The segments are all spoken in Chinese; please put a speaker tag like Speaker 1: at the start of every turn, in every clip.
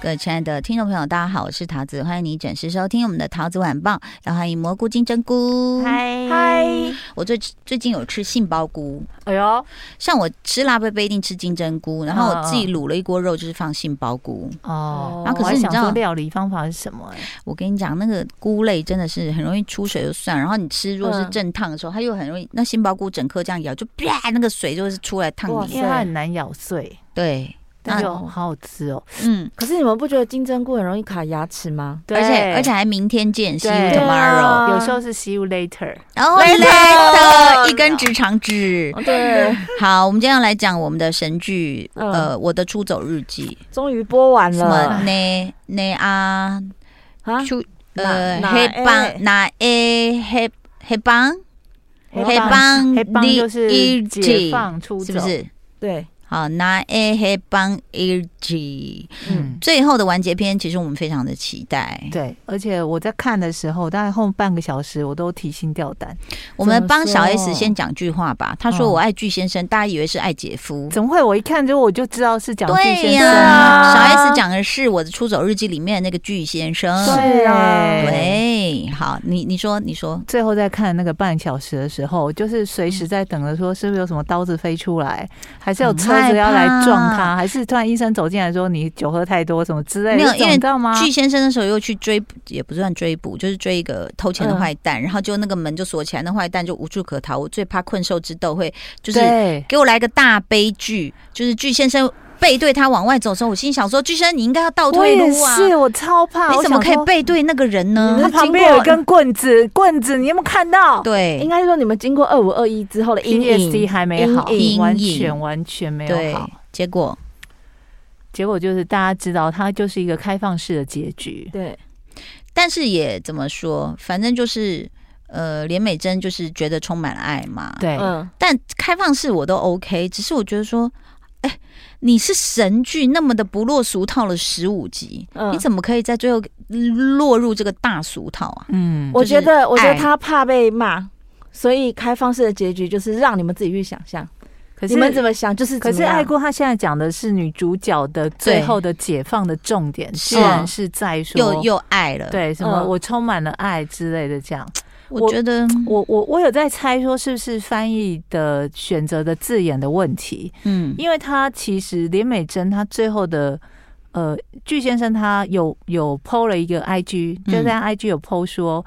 Speaker 1: 各位亲爱的听众朋友，大家好，我是桃子，欢迎你准时收听我们的桃子晚报，也欢迎蘑菇金针菇。
Speaker 2: 嗨
Speaker 3: 嗯嗨，
Speaker 1: 我最最近有吃杏鲍菇，
Speaker 2: 哎
Speaker 1: 哦
Speaker 2: 呦，
Speaker 1: 像我吃辣贝贝一定吃金针菇，然后我自己卤了一锅肉，就是放杏鲍菇。
Speaker 2: 哦
Speaker 1: 啊可是
Speaker 2: 我还
Speaker 1: 你
Speaker 2: 想
Speaker 1: 知道
Speaker 2: 说料理方法是什么、哎，
Speaker 1: 我跟你讲，那个菇类真的是很容易出水就算，然后你吃如果是
Speaker 3: 嗯
Speaker 1: 正烫的时候，它又很容易，那杏鲍菇整颗这样咬，就啪那个水就是出来烫
Speaker 3: 哇
Speaker 1: 你。
Speaker 2: 因为它很难咬碎，
Speaker 1: 对，
Speaker 2: 但是
Speaker 1: 那
Speaker 2: 又好好吃哦。
Speaker 1: 嗯，
Speaker 3: 可是你们不觉得金针菇很容易卡牙齿吗？
Speaker 1: 而且而且还明天见，see you
Speaker 2: 对
Speaker 1: tomorrow。
Speaker 3: 啊
Speaker 2: 有时候是 see you later，
Speaker 1: 然后
Speaker 3: Later
Speaker 1: later 一根直肠指。
Speaker 3: 哦对，
Speaker 1: 好，我们今天要来讲我们的神剧，
Speaker 3: 嗯
Speaker 1: 呃，我的出走日记，
Speaker 3: 终于播完
Speaker 1: 什么
Speaker 3: 了
Speaker 1: 呢呢啊，
Speaker 3: 啊！
Speaker 1: 出呃
Speaker 3: 哪哪
Speaker 1: 黑
Speaker 3: 欸
Speaker 1: 帮哪诶黑黑帮
Speaker 3: 黑
Speaker 1: 黑
Speaker 3: 帮
Speaker 1: 帮
Speaker 2: 黑帮
Speaker 1: 你
Speaker 2: 就是
Speaker 1: 一
Speaker 2: 解
Speaker 1: 起
Speaker 2: 放出走，
Speaker 1: 是不？是？
Speaker 3: 对，
Speaker 1: 好，那诶黑帮一起，
Speaker 2: 嗯，
Speaker 1: 最后的完结篇，其实我们非常的期待。
Speaker 2: 对。而且我在看的时候，大概后半个小时，我都提心吊胆，
Speaker 1: 我们帮小
Speaker 3: 怎么
Speaker 1: S
Speaker 3: 说
Speaker 1: 先讲句话吧，他说
Speaker 2: 嗯
Speaker 1: 我爱巨先生，大家以为是爱姐夫，
Speaker 2: 怎么会？我一看就我就知道是蒋巨
Speaker 1: 对
Speaker 2: 先生
Speaker 1: 呀、
Speaker 2: 啊
Speaker 1: 小 S 讲的是我的出走日记里面那个巨先生。
Speaker 2: 对啊
Speaker 1: 对，好，你你说你说，
Speaker 2: 最后在看那个半小时的时候，就是随
Speaker 1: 嗯
Speaker 2: 时在等着说是不是有什么刀子飞出来，还是有车子要来撞
Speaker 1: 很害怕
Speaker 2: 他，还是突然医生走进来说你酒喝太多什么之类的，
Speaker 1: 没有
Speaker 2: 这种
Speaker 1: 因为
Speaker 2: 你知道吗？
Speaker 1: 巨先生那时候又去追，也不算追捕，就是追一个偷钱的
Speaker 2: 嗯
Speaker 1: 坏蛋，然后就那个门就锁起来，那坏蛋就无处可逃。我最怕困兽之斗会，就是
Speaker 2: 对，
Speaker 1: 给我来个大悲剧，就是巨先生背对他往外走的时候，我心想说，巨先生你应该要倒
Speaker 2: 我
Speaker 1: 退
Speaker 2: 也
Speaker 1: 路啊，
Speaker 2: 是，我超怕，
Speaker 1: 你
Speaker 2: 我
Speaker 1: 怎么
Speaker 2: 想
Speaker 1: 可以
Speaker 2: 说？嗯
Speaker 1: 背对那个人
Speaker 3: 你
Speaker 1: 呢
Speaker 2: 他
Speaker 3: 们？
Speaker 2: 旁边有一根棍子，棍子，你有没有看到？
Speaker 1: 对，
Speaker 3: 应该是说你们经过二五二一之后的阴
Speaker 2: PTSD
Speaker 3: 影，
Speaker 2: 还没好，
Speaker 3: 阴
Speaker 1: 影
Speaker 2: 完全完全没有
Speaker 1: 对
Speaker 2: 好。，
Speaker 1: 结果
Speaker 2: 结果就是大家知道，它就是一个开放式的结局。
Speaker 3: 对，
Speaker 1: 但是也怎么说，反正就是呃，连美珍就是觉得充满了爱嘛。，
Speaker 2: 对，
Speaker 3: 嗯，
Speaker 1: 但开放式我都 OK，只是我觉得说，哎、你是神剧那么的不落俗套了十五集，
Speaker 3: 嗯
Speaker 1: 你怎么可以在最后落入这个大俗套啊？
Speaker 2: 嗯，
Speaker 3: 我
Speaker 1: 就
Speaker 3: 觉
Speaker 1: 是
Speaker 3: 得，我觉得
Speaker 1: 爱
Speaker 3: 他怕被骂，所以开放式的结局就是让你们自己去想象，
Speaker 2: 可
Speaker 3: 你
Speaker 2: 是
Speaker 3: 们怎么想就是
Speaker 2: 可
Speaker 3: 怎
Speaker 2: 是
Speaker 3: 么样
Speaker 2: 爱过他现在讲的是女主角的最后的解放的重点，
Speaker 1: 是
Speaker 2: 竟然是在说
Speaker 1: 又又爱了，，
Speaker 2: 对什么
Speaker 3: 嗯
Speaker 2: 我充满了爱之类的这样。
Speaker 1: 我觉得，
Speaker 2: 我我我有在猜说是不是翻译的选择的字眼的问题，
Speaker 1: 嗯，
Speaker 2: 因为他其实连美珍她最后的。呃，具先生他有有 PO 了一个 IG，、
Speaker 1: 嗯
Speaker 2: 就在 IG 有 PO 说，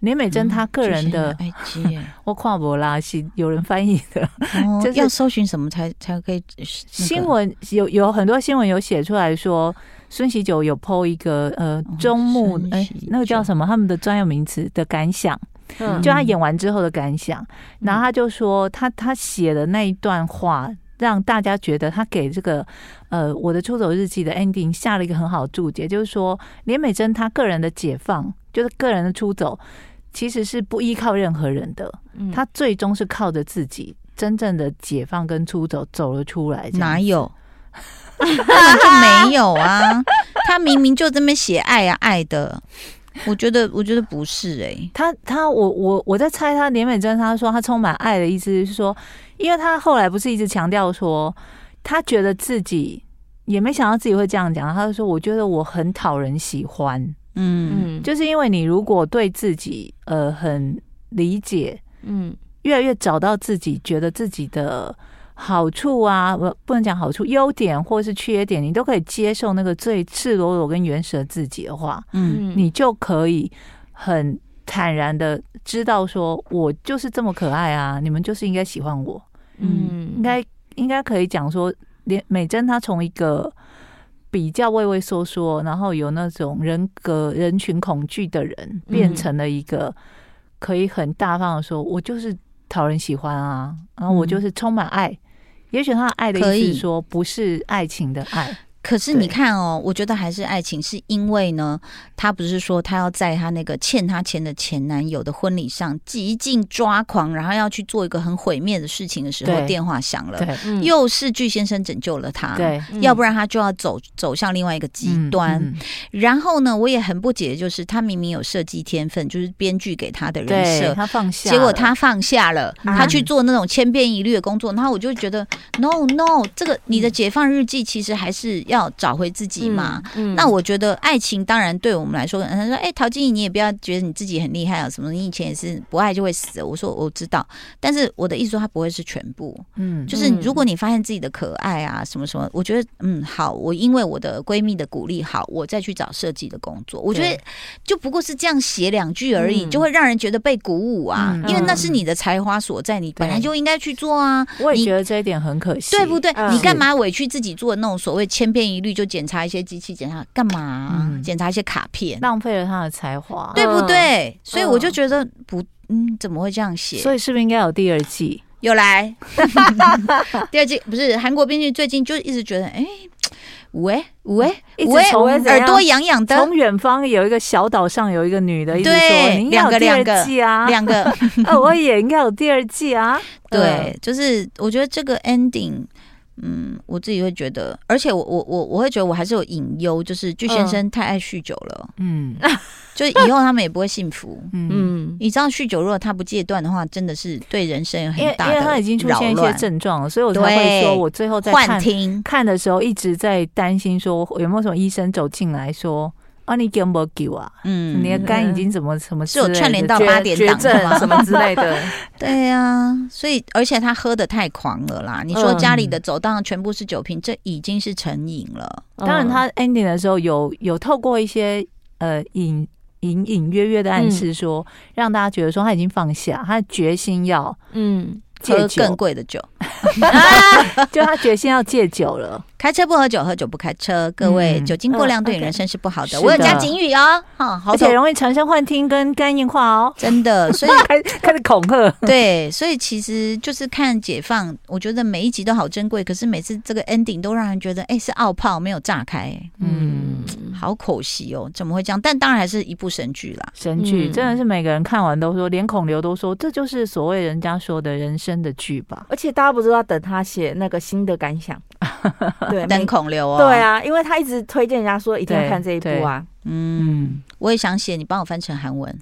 Speaker 2: 连美珍她个人的、
Speaker 1: 爱情，
Speaker 2: 我跨博啦是有人翻译的，
Speaker 1: 哦
Speaker 2: 就是
Speaker 1: 要搜寻什么才才可以、呃那个
Speaker 2: 新闻有有很多新闻有写出来说，孙喜九有 PO 一个呃
Speaker 1: 哦
Speaker 2: 中目
Speaker 1: 孙
Speaker 2: 哎、
Speaker 1: 喜九
Speaker 2: 那个叫什么他们的专有名词的感想，
Speaker 3: 嗯
Speaker 2: 就他演完之后的感想，
Speaker 1: 嗯
Speaker 2: 然后他就说他他写的那一段话。让大家觉得他给这个呃我的出走日记的 ending 下了一个很好的注解，就是说连美珍她个人的解放，就是个人的出走，其实是不依靠任何人的，
Speaker 3: 嗯
Speaker 2: 她最终是靠着自己真正的解放跟出走走了出来。这样
Speaker 1: 哪 有？根本就没有啊！他明明就这么写爱啊爱的，我觉得我觉得不是哎、
Speaker 2: 他他我我我在猜他连美珍，他说他充满爱的意思是说，因为他后来不是一直强调说，他觉得自己也没想到自己会这样讲，他就说我觉得我很讨人喜欢，
Speaker 1: 嗯，
Speaker 3: 嗯，
Speaker 2: 就是因为你如果对自己呃很理解，
Speaker 3: 嗯
Speaker 2: 越来越找到自己觉得自己的好处啊，不不能讲好处，优点或是缺点，你都可以接受那个最赤裸裸跟原始的自己的话，
Speaker 1: 嗯，
Speaker 3: 嗯，
Speaker 2: 你就可以很坦然的知道说，我就是这么可爱啊，你们就是应该喜欢我，
Speaker 3: 嗯
Speaker 2: 应该应该可以讲说，连美珍她从一个比较畏畏缩缩，然后有那种人格人群恐惧的人，变成了一个可以很大方的说，我就是讨人喜欢啊，然后我就是充满爱。也许他的爱的
Speaker 1: 可
Speaker 2: 意
Speaker 1: 以
Speaker 2: 思是说，不是爱情的爱，
Speaker 1: 可是你
Speaker 3: 对
Speaker 1: 看哦，我觉得还是爱情，是因为呢，她不是说她要在她那个欠她钱的前男友的婚礼上极尽抓狂，然后要去做一个很毁灭的事情的时候，
Speaker 2: 对
Speaker 1: 电话响了，
Speaker 2: 对
Speaker 3: 嗯
Speaker 1: 又是巨先生拯救了她，，
Speaker 2: 对，
Speaker 1: 要不然她就要走走向另外一个极端。
Speaker 2: 嗯嗯嗯
Speaker 1: 然后呢，我也很不解，就是她明明有设计天分，就是编剧给她的人
Speaker 2: 对
Speaker 1: 设，
Speaker 2: 他放下了，
Speaker 1: 结果他放下了，
Speaker 3: 啊
Speaker 1: 他去做那种千篇一律的工作，然后我就觉得，no no，这个你的解放日记其实还是要找回自己嘛。，
Speaker 3: 嗯
Speaker 1: 那我觉得爱情当然对我们来说，他说：“哎、陶晶莹，你也不要觉得你自己很厉害啊，什么你以前也是不爱就会死。”我说：“我知道，但是我的意思说，它不会是全部。
Speaker 2: 嗯
Speaker 1: 就是
Speaker 3: 嗯
Speaker 1: 如果你发现自己的可爱啊，什么什么，我觉得嗯好，我因为我的闺蜜的鼓励，好，我再去找设计的工作。我觉得
Speaker 2: 对
Speaker 1: 就不过是这样写两句而已，
Speaker 3: 嗯
Speaker 1: 就会让人觉得被鼓舞啊，
Speaker 2: 嗯
Speaker 1: 因为那是你的才华所在，你本来就应该去做啊，
Speaker 2: 我也
Speaker 1: 你
Speaker 2: 觉得这一点很可惜，
Speaker 1: 对不对？
Speaker 3: 嗯
Speaker 1: 你干嘛委屈自己做那种所谓千篇一律，就检查一些机器，检查干嘛？
Speaker 2: 嗯
Speaker 1: 检查一些卡片，
Speaker 2: 浪费了他的才华，
Speaker 1: 对不对？所以我就
Speaker 3: 嗯
Speaker 1: 觉得不。嗯，怎么会这样写？
Speaker 2: 所以是不是应该有第二季？
Speaker 1: 有来， 第二季不是韩国编剧最近就一直觉得，哎、喂喂
Speaker 2: 一直
Speaker 1: 喂，
Speaker 2: 从
Speaker 1: 耳朵痒痒的，
Speaker 2: 从远方有一个小岛上有一个女的，一直
Speaker 1: 对
Speaker 2: 说你应该有第
Speaker 1: 两个
Speaker 2: 二季啊，
Speaker 1: 两个
Speaker 2: 啊，我也应该有第二季啊，
Speaker 1: 对，就是我觉得这个 ending。嗯，我自己会觉得，而且我我我我会觉得我还是有隐忧，就是巨先生太爱酗酒了，
Speaker 2: 嗯
Speaker 1: 就是以后他们也不会幸 福。
Speaker 2: 嗯，
Speaker 3: 嗯
Speaker 1: 你知道酗酒如果他不戒断的话，真的是对人生有
Speaker 2: 因为
Speaker 1: 很
Speaker 2: 因
Speaker 1: 大
Speaker 2: 为
Speaker 1: 的
Speaker 2: 他已经出现一
Speaker 1: 扰
Speaker 2: 些
Speaker 1: 乱
Speaker 2: 症状了，所以我才会说
Speaker 1: 对
Speaker 2: 我最后在
Speaker 1: 幻
Speaker 2: 看
Speaker 1: 听，
Speaker 2: 看的时候一直在担心说有没有什么医生走进来说啊你给没给啊？
Speaker 1: 嗯，
Speaker 2: 你的肝已经怎么什么
Speaker 1: 是有
Speaker 2: 之类
Speaker 1: 串联
Speaker 2: 的
Speaker 1: 到
Speaker 2: 觉得
Speaker 1: 八点档的吗
Speaker 4: 什么之类的，
Speaker 3: 嗯
Speaker 1: 对呀、所以而且他喝的太狂了啦！你说
Speaker 3: 嗯
Speaker 1: 家里的走当全部是酒瓶，这已经是成瘾了。
Speaker 3: 嗯
Speaker 2: 当然，他 ending 的时候有有透过一些呃隐隐隐约约的暗示说，让大家觉得说他已经放下，他决心要
Speaker 3: 嗯
Speaker 2: 戒
Speaker 1: 喝
Speaker 2: 酒
Speaker 1: 更，贵的酒，
Speaker 2: 就他决心要戒酒了。
Speaker 1: 开车不喝酒，喝酒不开车。各位，
Speaker 2: 嗯
Speaker 1: 酒精过量对
Speaker 3: 嗯
Speaker 1: 人生是不好的。
Speaker 2: 是
Speaker 1: 我有加
Speaker 2: 的
Speaker 1: 警语哦，哈，好
Speaker 2: 而且
Speaker 1: 酒
Speaker 2: 容易产生幻听跟肝硬化哦，
Speaker 1: 真的，所以
Speaker 2: 开开始恐吓。
Speaker 1: 对，所以其实就是看解放，我觉得每一集都好珍贵，可是每次这个 ending 都让人觉得，哎、是奥泡没有炸开，
Speaker 2: 嗯，
Speaker 1: 好可惜哦，怎么会这样？但当然还是一部神剧啦。
Speaker 2: 神剧
Speaker 3: 嗯
Speaker 2: 真的是每个人看完都说，连孔刘都说，这就是所谓人家说的人生的剧吧。
Speaker 3: 而且大家不知道等他写那个新的感想，对，
Speaker 1: 等
Speaker 3: 没
Speaker 1: 孔刘哦，
Speaker 3: 对，啊，因为他一直推荐人家说一定要
Speaker 2: 对
Speaker 3: 看这一部啊，
Speaker 1: 嗯。
Speaker 2: 嗯，
Speaker 1: 我也想写，你帮我翻成韩文。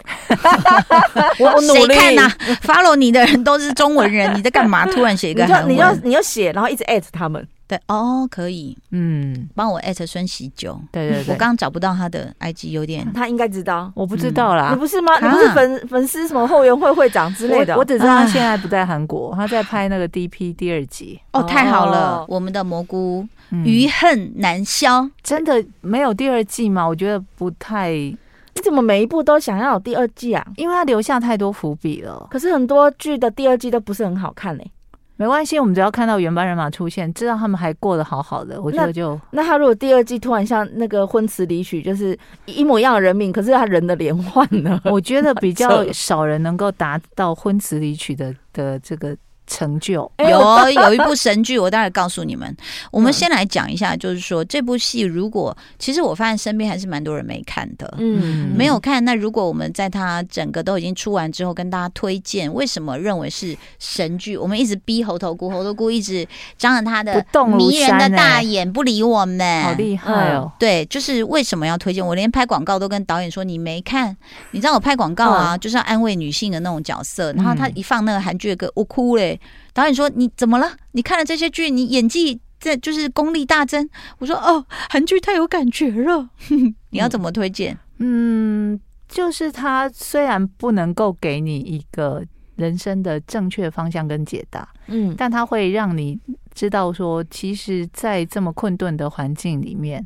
Speaker 3: 我 我努
Speaker 1: 谁
Speaker 3: 力。
Speaker 1: 看呐、？follow 啊你的人都是中文人，你在干嘛？突然写一
Speaker 3: 你
Speaker 1: 个
Speaker 3: 就
Speaker 1: 韩
Speaker 3: 你就
Speaker 1: 文，
Speaker 3: 你就写，然后一直艾特他们。
Speaker 1: 对哦，可以
Speaker 2: 嗯，
Speaker 1: 帮我艾特孙喜九。
Speaker 2: 对对对，
Speaker 1: 我刚刚找不到他的 IG，有点
Speaker 3: 他应该知道，
Speaker 2: 我不知道啦
Speaker 3: 你，不是吗？
Speaker 1: 啊
Speaker 3: 你不是粉粉丝什么后援会会长之类的
Speaker 2: 我我？只知道他现在不在韩国，他在拍那个 DP 第二集。
Speaker 1: 哦，太好了
Speaker 3: 哦，
Speaker 1: 我们的蘑菇
Speaker 2: 嗯
Speaker 1: 余恨难消。
Speaker 2: 真的没有第二季吗？我觉得不太，因
Speaker 3: 你怎么每一部都想要有第二季啊？
Speaker 2: 为他留下太多伏笔了。
Speaker 3: 可是很多剧的第二季都不是很好看欸嘞、
Speaker 2: 没关系，我们只要看到原班人马出现，知道他们还过得好好的，我觉得就
Speaker 3: 那他如果第二季突然像那个婚词离曲，就是一模一样的人名，可是他人的脸换了，
Speaker 2: 我觉得比
Speaker 3: 那
Speaker 2: 较
Speaker 3: 这
Speaker 2: 少人能够达到婚词离曲的的这个成就。
Speaker 3: 哎
Speaker 1: 有
Speaker 3: 我
Speaker 1: 哦有一部神剧，我待会告诉你们。我们先来讲一下，就是说这部戏，如果其实我发现身边还是蛮多人没看的，
Speaker 2: 嗯
Speaker 1: 没有看。那如果我们在它整个都已经出完之后，跟大家推荐为什么认为是神剧，我们一直逼猴头菇，猴头菇一直张着他
Speaker 2: 不
Speaker 1: 的
Speaker 2: 动如
Speaker 1: 迷人
Speaker 2: 山
Speaker 1: 的大
Speaker 2: 欸
Speaker 1: 眼不理我们，
Speaker 2: 好厉害哦！
Speaker 1: 对，就是为什么要推荐？我连拍广告都跟导演说你没看，你知道我拍广告啊，就是要安慰女性的那种角色。然后他
Speaker 2: 嗯
Speaker 1: 一放那个韩剧的歌，我哭嘞。导演说你怎么了？你看了这些剧，你演技这就是功力大增。我说哦，韩剧太有感觉了。 你要怎么推荐？
Speaker 2: 嗯，就是他虽然不能够给你一个人生的正确方向跟解答，
Speaker 3: 嗯
Speaker 2: 但它会让你知道说，其实，在这么困顿的环境里面，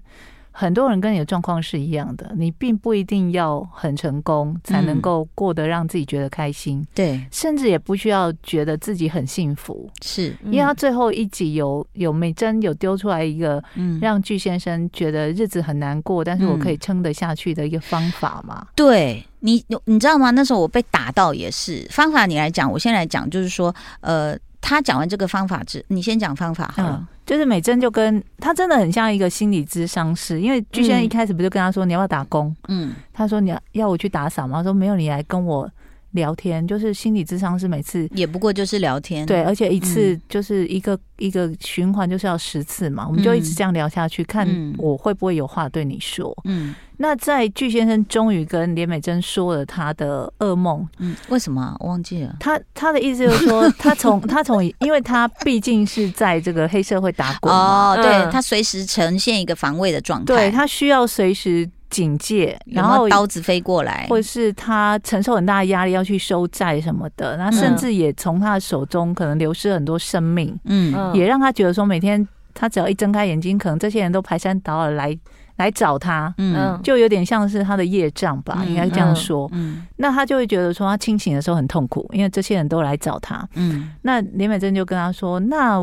Speaker 2: 很多人跟你的状况是一样的，你并不一定要很成功才能够过得让自己觉得开心，
Speaker 1: 对，
Speaker 2: 甚至也不需要觉得自己很幸福。
Speaker 1: 是，
Speaker 3: 嗯
Speaker 2: 因为他最后一集有有美珍有丢出来一个
Speaker 1: 嗯，
Speaker 2: 让巨先生觉得日子很难过，但是我可以撑得下去的一个方法嘛。
Speaker 1: 对你，你知道吗？那时候我被打到也是。方法你来讲，我先来讲，就是说，呃。他讲完这个方法之，你先讲方法好了。
Speaker 2: 就是美珍就跟她真的很像一个心理咨商师，因为巨先生一开始不就跟她说你要不要打工？
Speaker 1: 嗯
Speaker 2: 她说你要要我去打扫吗？她说没有，你来跟我聊天。就是心理咨商师每次
Speaker 1: 也不过就是聊天。
Speaker 2: 对，而且一次
Speaker 1: 嗯
Speaker 2: 就是一个、一个循环，就是要十次嘛，我们就一直这样聊下去，看
Speaker 1: 嗯
Speaker 2: 我会不会有话对你说。
Speaker 1: 嗯
Speaker 2: 那在巨先生终于跟连美珍说了他的噩梦，
Speaker 1: 嗯，为什么啊、我忘记了？
Speaker 2: 他他的意思就 是说，他从他从，因为他毕竟是在这个黑社会打滚嘛，
Speaker 1: 哦，对
Speaker 3: 嗯
Speaker 1: 他随时呈现一个防卫的状态，
Speaker 2: 对他需要随时警戒，
Speaker 1: 有
Speaker 2: 然
Speaker 1: 没
Speaker 2: 后
Speaker 1: 有刀子飞过来，
Speaker 2: 或者是他承受很大的压力要去收债什么的，那甚至也从他的手中可能流失很多生命，
Speaker 1: 嗯
Speaker 3: 嗯
Speaker 2: 也让他觉得说每天他只要一睁开眼睛，可能这些人都排山倒海来来找他，
Speaker 1: 嗯
Speaker 3: 嗯
Speaker 2: 就有点像是他的业障吧，
Speaker 1: 嗯
Speaker 2: 应该这样说。
Speaker 1: 嗯
Speaker 2: 那他就会觉得说他清醒的时候很痛苦，因为这些人都来找他。
Speaker 1: 嗯
Speaker 2: 那林美珍就跟他说：“那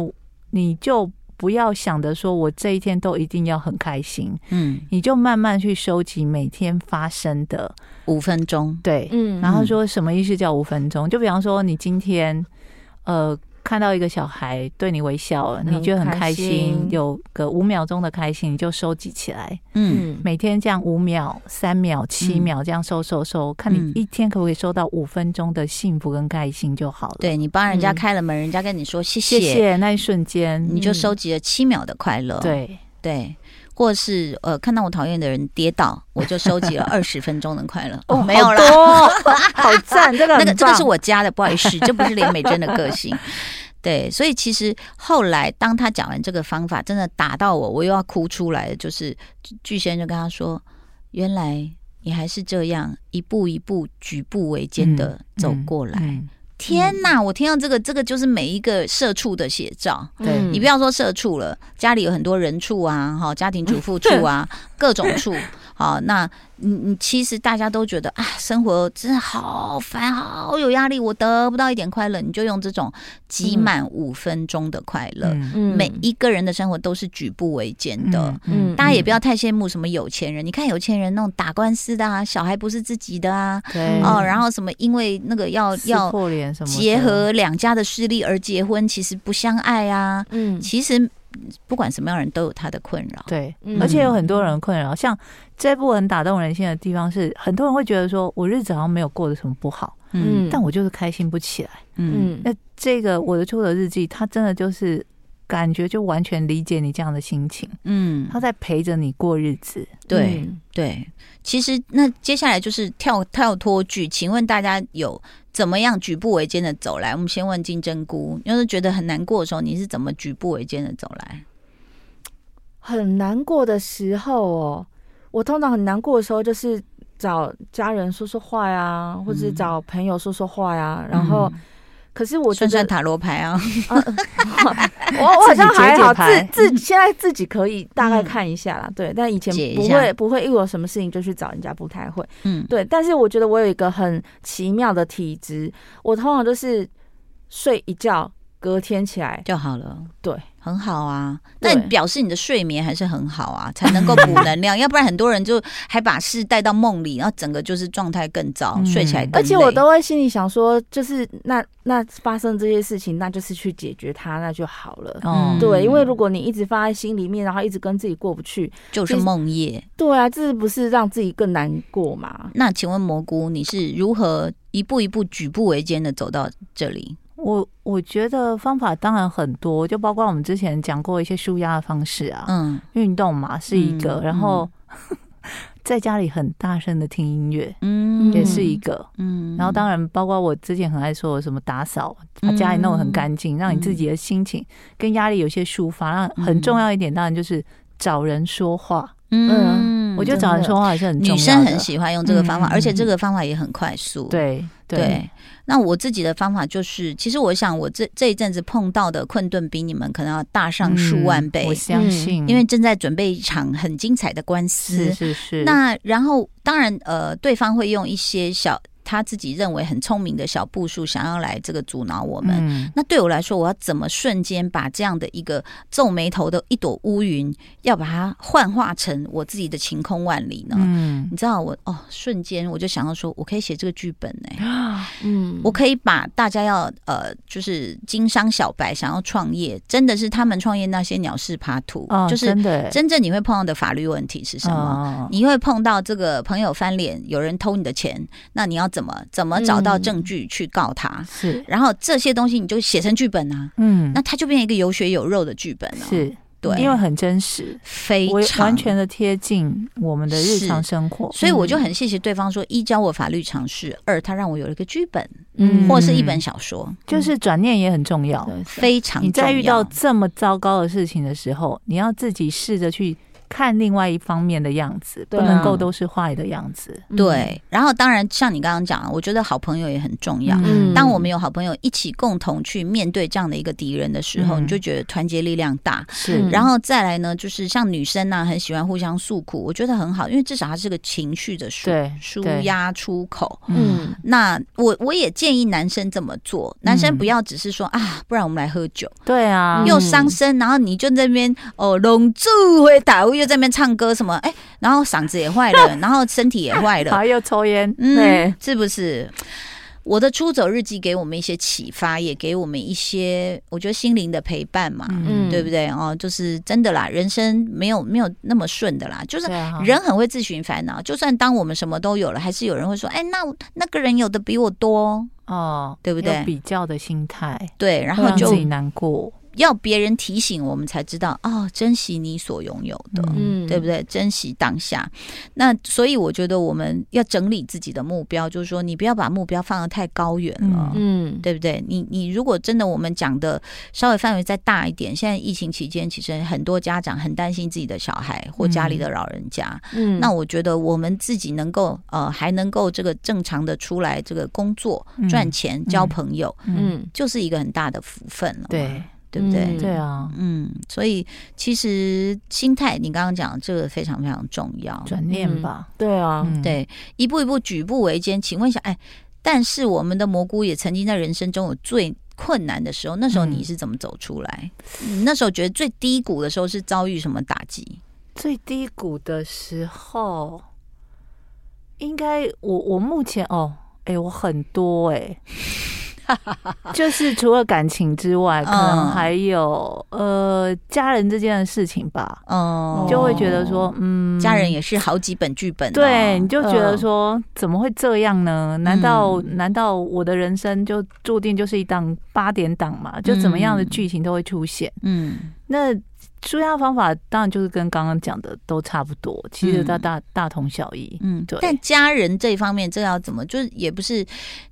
Speaker 2: 你就不要想着说我这一天都一定要很开心，
Speaker 1: 嗯，
Speaker 2: 你就慢慢去收集每天发生的。
Speaker 1: 五分钟”，
Speaker 2: 对，
Speaker 3: 嗯
Speaker 2: 然后说什么意思叫五分钟？就比方说你今天，呃。看到一个小孩对你微笑，你觉得很开
Speaker 3: 开
Speaker 2: 心，
Speaker 3: 心
Speaker 2: 有个五秒钟的开心，你就收集起来，
Speaker 1: 嗯
Speaker 3: 嗯，
Speaker 2: 每天这样五秒、三秒、七秒这样收收收，看你
Speaker 1: 嗯
Speaker 2: 一天可不可以收到五分钟的幸福跟开心就好了。，
Speaker 1: 对你帮人家
Speaker 3: 嗯
Speaker 1: 开了门，人家跟你说谢
Speaker 2: 谢谢那一瞬间，
Speaker 1: 你就收集了七秒的快乐，
Speaker 2: 对，
Speaker 1: 对，或者是呃看到我讨厌的人跌倒，我就收 集了二十分钟的快乐，
Speaker 2: 哦
Speaker 1: 没有
Speaker 2: 好
Speaker 1: 啦，
Speaker 2: 多哦 好赞，这个
Speaker 1: 那
Speaker 2: 很
Speaker 1: 个这个
Speaker 2: 棒
Speaker 1: 是我加的，不好意 思，这不是林美珍的个性。对，所以其实后来当他讲完这个方法，真的打到我，我又要哭出来了。就是巨先就跟他说：“原来你还是这样一步一步、举步维艰的走过来。
Speaker 2: 嗯
Speaker 1: 天哪！我听到这个，这个就是每一个社畜的写照。
Speaker 2: 对
Speaker 3: 嗯
Speaker 1: 你不要说社畜了，家里有很多人畜啊，哈，家庭主妇畜 啊，各种畜。好，那你你其实大家都觉得啊，生活真的好烦，好有压力，我得不到一点快乐，你就用这种挤满五分钟的快乐。
Speaker 2: 嗯
Speaker 3: 嗯
Speaker 1: 每一个人的生活都是举步维艰的。
Speaker 3: 嗯
Speaker 1: 大家也不要太羡慕什么有钱人，你看有钱人那种打官司的啊，小孩不是自己的啊，
Speaker 2: 对
Speaker 1: 哦，然后什么因为那个要要
Speaker 2: 嗯撕破脸什么的
Speaker 1: 结合两家的势力而结婚，其实不相爱啊。
Speaker 3: 嗯
Speaker 1: 其实嗯不管什么样的人都有他的困扰。
Speaker 2: 对
Speaker 3: 嗯，
Speaker 2: 而且有很多人困扰，像这部很打动人心的地方是，很多人会觉得说我日子好像没有过得什么不好，
Speaker 3: 嗯
Speaker 2: 但我就是开心不起来。
Speaker 1: 嗯
Speaker 3: 嗯
Speaker 2: 那这个我的出走日记，它真的就是感觉就完全理解你这样的心情，
Speaker 1: 嗯
Speaker 2: 他在陪着你过日子。
Speaker 1: 对
Speaker 3: 嗯
Speaker 1: 对。其实那接下来就是跳跳脱剧，请问大家有怎么样举步维艰的走来？我们先问金针菇，要是觉得很难过的时候，你是怎么举步维艰的走来？
Speaker 3: 很难过的时候哦，我通常很难过的时候就是找家人说说话呀，或者
Speaker 1: 嗯
Speaker 3: 找朋友说说话呀，然后可是我觉
Speaker 1: 算嗯算
Speaker 3: 得
Speaker 1: 塔罗牌啊，
Speaker 3: 我 我好像
Speaker 2: 自己
Speaker 3: 还
Speaker 2: 解解
Speaker 3: 好，
Speaker 2: 牌
Speaker 3: 自自现在自己可以大概看一下啦，对，但以前
Speaker 1: 嗯解一
Speaker 3: 不
Speaker 1: 下
Speaker 3: 会不会，一有什么事情就去找人家，不太会。
Speaker 1: 嗯，
Speaker 3: 对，但是我觉得我有一个很奇妙的体质，我通常就是睡一觉，隔天起来，
Speaker 1: 就好了。
Speaker 3: 对，
Speaker 1: 很好啊，那
Speaker 3: 对
Speaker 1: 表示你的睡眠还是很好啊，才能够补能 量，要不然很多人就还把事带到梦里，然后整个就是状态更糟，
Speaker 2: 嗯
Speaker 1: 睡起来更累
Speaker 3: 而且我都会心里想说，就是那那发生这些事情，那就是去解决它，那就好了。
Speaker 2: 哦
Speaker 1: 嗯，
Speaker 3: 对，因为如果你一直放在心里面，然后一直跟自己过不去，
Speaker 1: 就是梦夜。
Speaker 3: 对啊，这不是让自己更难过吗？
Speaker 1: 那请问蘑菇，你是如何一步一步举步维艰的走到这里？
Speaker 2: 我我觉得方法当然很多，就包括我们之前讲过一些舒压的方式啊，
Speaker 1: 嗯
Speaker 2: 运动嘛是一个，
Speaker 1: 嗯
Speaker 2: 然后、 在家里很大声的听音乐
Speaker 1: 嗯
Speaker 2: 也是一个，
Speaker 1: 嗯
Speaker 2: 然后当然包括我之前很爱说的什么打扫，把
Speaker 1: 嗯
Speaker 2: 家里弄得很干净，让你自己的心情跟压力有些抒发。让很重要一点，当然就是找人说话。
Speaker 1: 嗯
Speaker 2: 啊我觉得找人说话也是很重要
Speaker 1: 女
Speaker 2: 的
Speaker 1: 生很喜欢用这个方法，
Speaker 2: 嗯
Speaker 1: 而且这个方法也很快速。。
Speaker 2: 对
Speaker 1: 对，那我自己的方法就是，其实我想，我这这一阵子碰到的困顿比你们可能要大上数万倍
Speaker 2: 嗯我，相信，
Speaker 1: 因为正在准备一场很精彩的官司
Speaker 2: 是。是是，
Speaker 1: 那然后当然，呃，对方会用一些小他自己认为很聪明的小步数，想要来这个阻挠我们。
Speaker 2: 嗯，
Speaker 1: 那对我来说，我要怎么瞬间把这样的一个皱眉头的一朵乌云，要把它幻化成我自己的晴空万里呢？
Speaker 2: 嗯
Speaker 1: 你知道我哦，瞬间我就想到说，我可以写这个剧本呢、
Speaker 3: 嗯，
Speaker 1: 我可以把大家要呃，就是经商小白想要创业，真的是他们创业那些鸟事爬图，
Speaker 2: 哦
Speaker 1: 就是
Speaker 2: 真的哦
Speaker 1: 真正你会碰到的法律问题是什么？
Speaker 2: 么
Speaker 1: 你会碰到这个朋友翻脸，有人偷你的钱，那你要怎么怎么找
Speaker 2: 嗯
Speaker 1: 到证据去告他？
Speaker 2: 是
Speaker 1: 然后这些东西你就写成剧本啊，
Speaker 2: 嗯
Speaker 1: 那它就变成一个有血有肉的剧本了、
Speaker 2: 是
Speaker 1: 对，
Speaker 2: 因为很真实，
Speaker 1: 非
Speaker 2: 我
Speaker 1: 常
Speaker 2: 完全的嗯贴近我们的日
Speaker 1: 是
Speaker 2: 常生活，
Speaker 1: 所以我就很谢谢对方说，一教我法律常识，二他让我有了一个剧本、
Speaker 2: 嗯
Speaker 1: 或是一本小说，
Speaker 2: 就是转念也很重要。
Speaker 3: 对
Speaker 1: 非常
Speaker 2: 你在
Speaker 1: 重
Speaker 2: 遇到
Speaker 1: 要
Speaker 2: 这么糟糕的事情的时候，你要自己试着去看另外一方面的样子，
Speaker 3: 对
Speaker 2: 不
Speaker 3: 啊
Speaker 2: 能够都是坏的样子。
Speaker 3: 嗯
Speaker 1: 对，然后当然像你刚刚讲，我觉得好朋友也很重要。
Speaker 3: 嗯
Speaker 1: 当我们有好朋友一起共同去面对这样的一个敌人的时候，
Speaker 2: 嗯
Speaker 1: 你就觉得团结力量大。
Speaker 2: 是
Speaker 3: 嗯
Speaker 1: 然后再来呢，就是像女生呢、很喜欢互相诉苦，我觉得很好，因为至少它是个情绪的抒
Speaker 2: 对
Speaker 1: 舒
Speaker 2: 对
Speaker 1: 压出口。
Speaker 2: 嗯，
Speaker 3: 嗯
Speaker 1: 那我我也建议男生这么做，男生
Speaker 2: 嗯
Speaker 1: 不要只是说、啊，不然我们来喝酒，
Speaker 2: 对
Speaker 3: 嗯
Speaker 2: 啊，
Speaker 1: 又伤身，然后你就在那边哦，龙柱会打，又在那边唱歌什么，哎，然后嗓子也坏 了，然后身体也坏了，
Speaker 2: 还有抽烟，
Speaker 1: 嗯
Speaker 3: 对，
Speaker 1: 是不是？我的出走日记给我们一些启发，也给我们一些我觉得心灵的陪伴嘛，
Speaker 3: 嗯
Speaker 1: 对不对？哦，就是真的啦，人生没有没有那么顺的啦，就是
Speaker 2: 对啊
Speaker 1: 人很会自寻烦恼。就算当我们什么都有了，还是有人会说，哎，那那个人有的比我多哦，
Speaker 2: 哦，
Speaker 1: 对不对
Speaker 2: 有比较的心态，
Speaker 1: 对，然
Speaker 2: 会
Speaker 1: 后
Speaker 2: 让
Speaker 1: 就
Speaker 2: 自己难过，
Speaker 1: 要别人提醒我们才知道哦，珍惜你所拥有的，
Speaker 3: 嗯
Speaker 1: 对不？对？珍惜当下。那所以我觉得我们要整理自己的目标，就是说你不要把目标放得太高远了。
Speaker 2: 嗯
Speaker 3: 嗯，
Speaker 1: 对不对？你你如果真的我们讲的稍微范围再大一点，现在疫情期间，其实很多家长很担心自己的小孩或家里的老人家，
Speaker 3: 嗯
Speaker 1: 那我觉得我们自己能够呃还能够这个正常的出来这个工作、
Speaker 2: 嗯
Speaker 1: 赚钱、交朋友，
Speaker 2: 嗯，
Speaker 3: 嗯
Speaker 1: 就是一个很大的福分了，
Speaker 2: 对，
Speaker 1: 对不对？
Speaker 3: 嗯
Speaker 2: 对啊，
Speaker 1: 嗯，所以其实心态，你刚刚讲这个非常非常重要。
Speaker 2: 转念吧，
Speaker 3: 对啊，
Speaker 2: 嗯，
Speaker 1: 对，一步一步，举步维艰。请问一下，哎，但是我们的蘑菇也曾经在人生中有最困难的时候，那时候你
Speaker 2: 嗯
Speaker 1: 是怎么走出来？你那时候觉得最低谷的时候是遭遇什么打击？
Speaker 2: 最低谷的时候，应该我我目前哦，哎、我很多 哎、就是除了感情之外，
Speaker 1: 嗯
Speaker 2: 可能还有、呃家人之间的事情吧，
Speaker 1: 哦
Speaker 2: 就会觉得说，嗯，
Speaker 1: 家人也是好几本剧本、哦，
Speaker 2: 对，你就觉得
Speaker 3: 嗯
Speaker 2: 说、怎么会这样呢？难道、难道我的人生就注定就是一档八点档嘛？就怎么样的
Speaker 1: 嗯
Speaker 2: 剧情都会出现？
Speaker 1: 嗯
Speaker 2: 那舒压方法当然就是跟刚刚讲的都差不多，其实大大、大同小异。
Speaker 1: 嗯，
Speaker 2: 对
Speaker 1: 但家人这一方面，这要怎么？就是也不是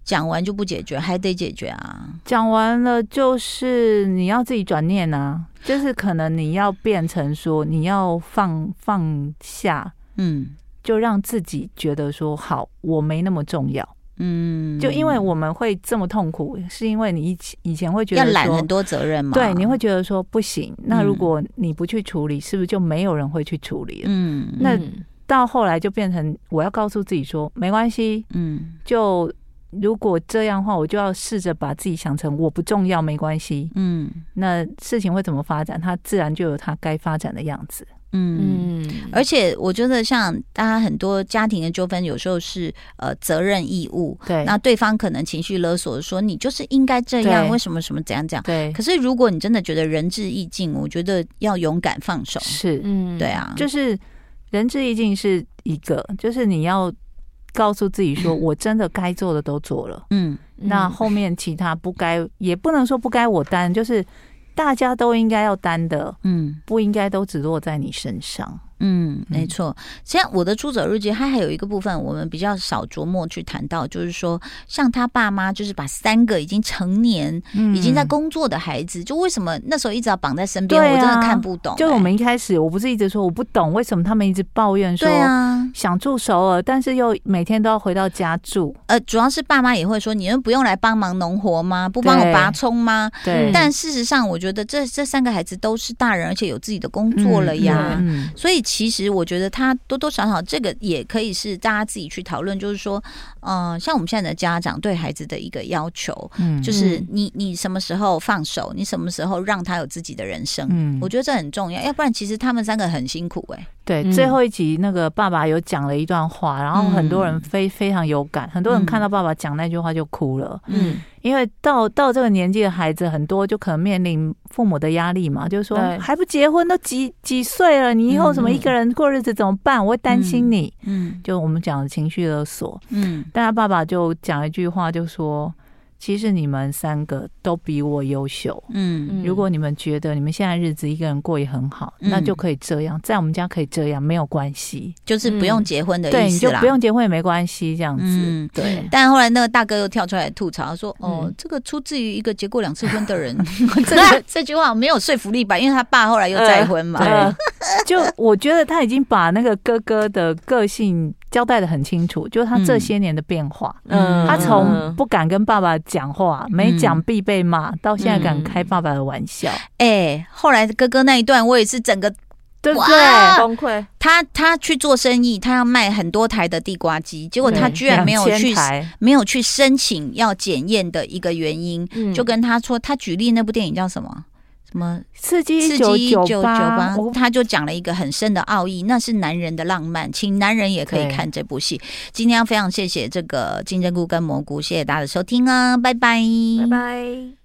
Speaker 1: 讲完就不解决，还得解决啊。
Speaker 2: 讲完了就是你要自己转念啊，就是可能你要变成说你要放放下，
Speaker 1: 嗯
Speaker 2: 就让自己觉得说好，我没那么重要。
Speaker 1: 嗯，
Speaker 2: 就因为我们会这么痛苦，是因为你以前以前会觉
Speaker 1: 要
Speaker 2: 得
Speaker 1: 揽很
Speaker 2: 说。
Speaker 1: 多责任嘛，
Speaker 2: 对，你会觉得说不行。那如果你不去处理，是不是就没有人会去处理了？
Speaker 1: 嗯
Speaker 2: 那
Speaker 3: 嗯
Speaker 2: 到后来就变成我要告诉自己说，没关系，
Speaker 1: 嗯
Speaker 2: 就如果这样的话，我就要试着把自己想成我不重要，没关系。
Speaker 1: 嗯
Speaker 2: 那事情会怎么发展，它自然就有它该发展的样子。
Speaker 1: 嗯。
Speaker 3: 嗯，
Speaker 1: 而且我觉得，像大家很多家庭的纠纷，有时候是呃责任义务，
Speaker 2: 对
Speaker 1: 那对方可能情绪勒索说你就是应该这样，
Speaker 2: 对
Speaker 1: 为什么什么怎样怎样。
Speaker 2: 对
Speaker 1: 可是如果你真的觉得仁至义尽，我觉得要勇敢放手。
Speaker 2: 是，
Speaker 3: 嗯
Speaker 1: 对，啊，
Speaker 2: 就是仁至义尽是一个，就是你要告诉自己说，我真的该做的都做了，
Speaker 1: 嗯
Speaker 2: 那后面其他不该也不能说不该我担，就是大家都应该要担的，
Speaker 1: 嗯
Speaker 2: 不应该都只落在你身上。
Speaker 1: 嗯，没
Speaker 2: 嗯
Speaker 1: 错。像我的出走日记，它还有一个部分我们比较少琢磨去谈到，就是说像他爸妈，就是把三个已经成年
Speaker 2: 嗯
Speaker 1: 已经在工作的孩子，就为什么那时候一直要绑在身边，
Speaker 2: 对啊
Speaker 1: 我真的看不懂、
Speaker 2: 就
Speaker 1: 欸
Speaker 2: 我们一开始，我不是一直说我不懂为什么他们一直抱怨说
Speaker 1: 对啊，
Speaker 2: 想住首尔，但是又每天都要回到家住。
Speaker 1: 呃，主要是爸妈也会说，你们不用来帮忙农活吗？不帮我
Speaker 2: 对
Speaker 1: 拔葱吗？
Speaker 3: 对嗯
Speaker 1: 但事实上，我觉得这这三个孩子都是大人，而且有自己的工作了呀。
Speaker 2: 嗯嗯
Speaker 1: 所以其实我觉得他多多少少这个也可以是大家自己去讨论，就是说，嗯、像我们现在的家长对孩子的一个要求，
Speaker 2: 嗯
Speaker 1: 就是你你什么时候放手，你什么时候让他有自己的人生，
Speaker 2: 嗯
Speaker 1: 我觉得这很重要，要不然其实他们三个很辛苦哎、
Speaker 2: 对，
Speaker 4: 嗯
Speaker 2: 最后一集那个爸爸有讲了一段话，然后很多人
Speaker 1: 嗯
Speaker 2: 非非常有感，很多人
Speaker 1: 嗯
Speaker 2: 看到爸爸讲那句话就哭了，
Speaker 1: 嗯
Speaker 2: 因为到到这个年纪的孩子，很多就可能面临父母的压力嘛，就是说
Speaker 3: 对
Speaker 2: 还不结婚，都几几岁了，你以后怎么
Speaker 1: 嗯
Speaker 2: 一个人过日子怎么办？我会担心你，
Speaker 1: 嗯
Speaker 2: 就我们讲的情绪勒索。
Speaker 1: 嗯
Speaker 2: 但他爸爸就讲一句话，就说：“其实你们三个都比我优秀。
Speaker 1: 嗯
Speaker 3: 嗯
Speaker 2: 如果你们觉得你们现在日子一个人过也很好，
Speaker 1: 嗯
Speaker 2: 那就可以这样，在我们家可以这样，没有关系。
Speaker 1: 就是不用结婚的
Speaker 2: 嗯对，
Speaker 1: 意
Speaker 2: 你
Speaker 1: 思
Speaker 2: 就
Speaker 1: 啦。
Speaker 2: 不用结婚也没关系，这样子。
Speaker 1: 嗯
Speaker 2: 对，
Speaker 1: 但后来那个大哥又跳出来吐槽说：“哦，
Speaker 2: 嗯
Speaker 1: 这个出自于一个结过两次婚的 人，这个 这句话没有说服力吧？因为他爸后来又再婚嘛。
Speaker 2: 呃对， 就我觉得他已经把那个哥哥的个性交代的很清楚，就是他这些年的变化。
Speaker 4: 嗯
Speaker 2: 他从
Speaker 4: 嗯
Speaker 2: 不敢跟爸爸讲话，没
Speaker 1: 嗯
Speaker 2: 讲必被骂，到现在敢
Speaker 4: 嗯
Speaker 2: 开爸爸的玩笑，
Speaker 1: 哎、后来哥哥那一段，我也是整个
Speaker 2: 对不
Speaker 1: 哇
Speaker 2: 对？
Speaker 3: 崩溃，
Speaker 1: 他他去做生意，他要卖很多台的地瓜机，结果他
Speaker 4: 对
Speaker 1: 居然没有
Speaker 2: 2000
Speaker 1: 去
Speaker 2: 台
Speaker 1: 没有去申请要检验的一个原因，
Speaker 4: 嗯
Speaker 1: 就跟他说，他举例那部电影叫什么？什么
Speaker 2: 刺激
Speaker 1: 刺
Speaker 2: 一
Speaker 1: 激一九九
Speaker 2: 八
Speaker 1: 八，，他就讲了一个很深的奥义，那是男人的浪漫，请男人也可以
Speaker 2: 对
Speaker 1: 看这部戏。今天要非常谢谢这个金针菇跟蘑菇，谢谢大家的收听啊，拜拜，
Speaker 3: 拜拜。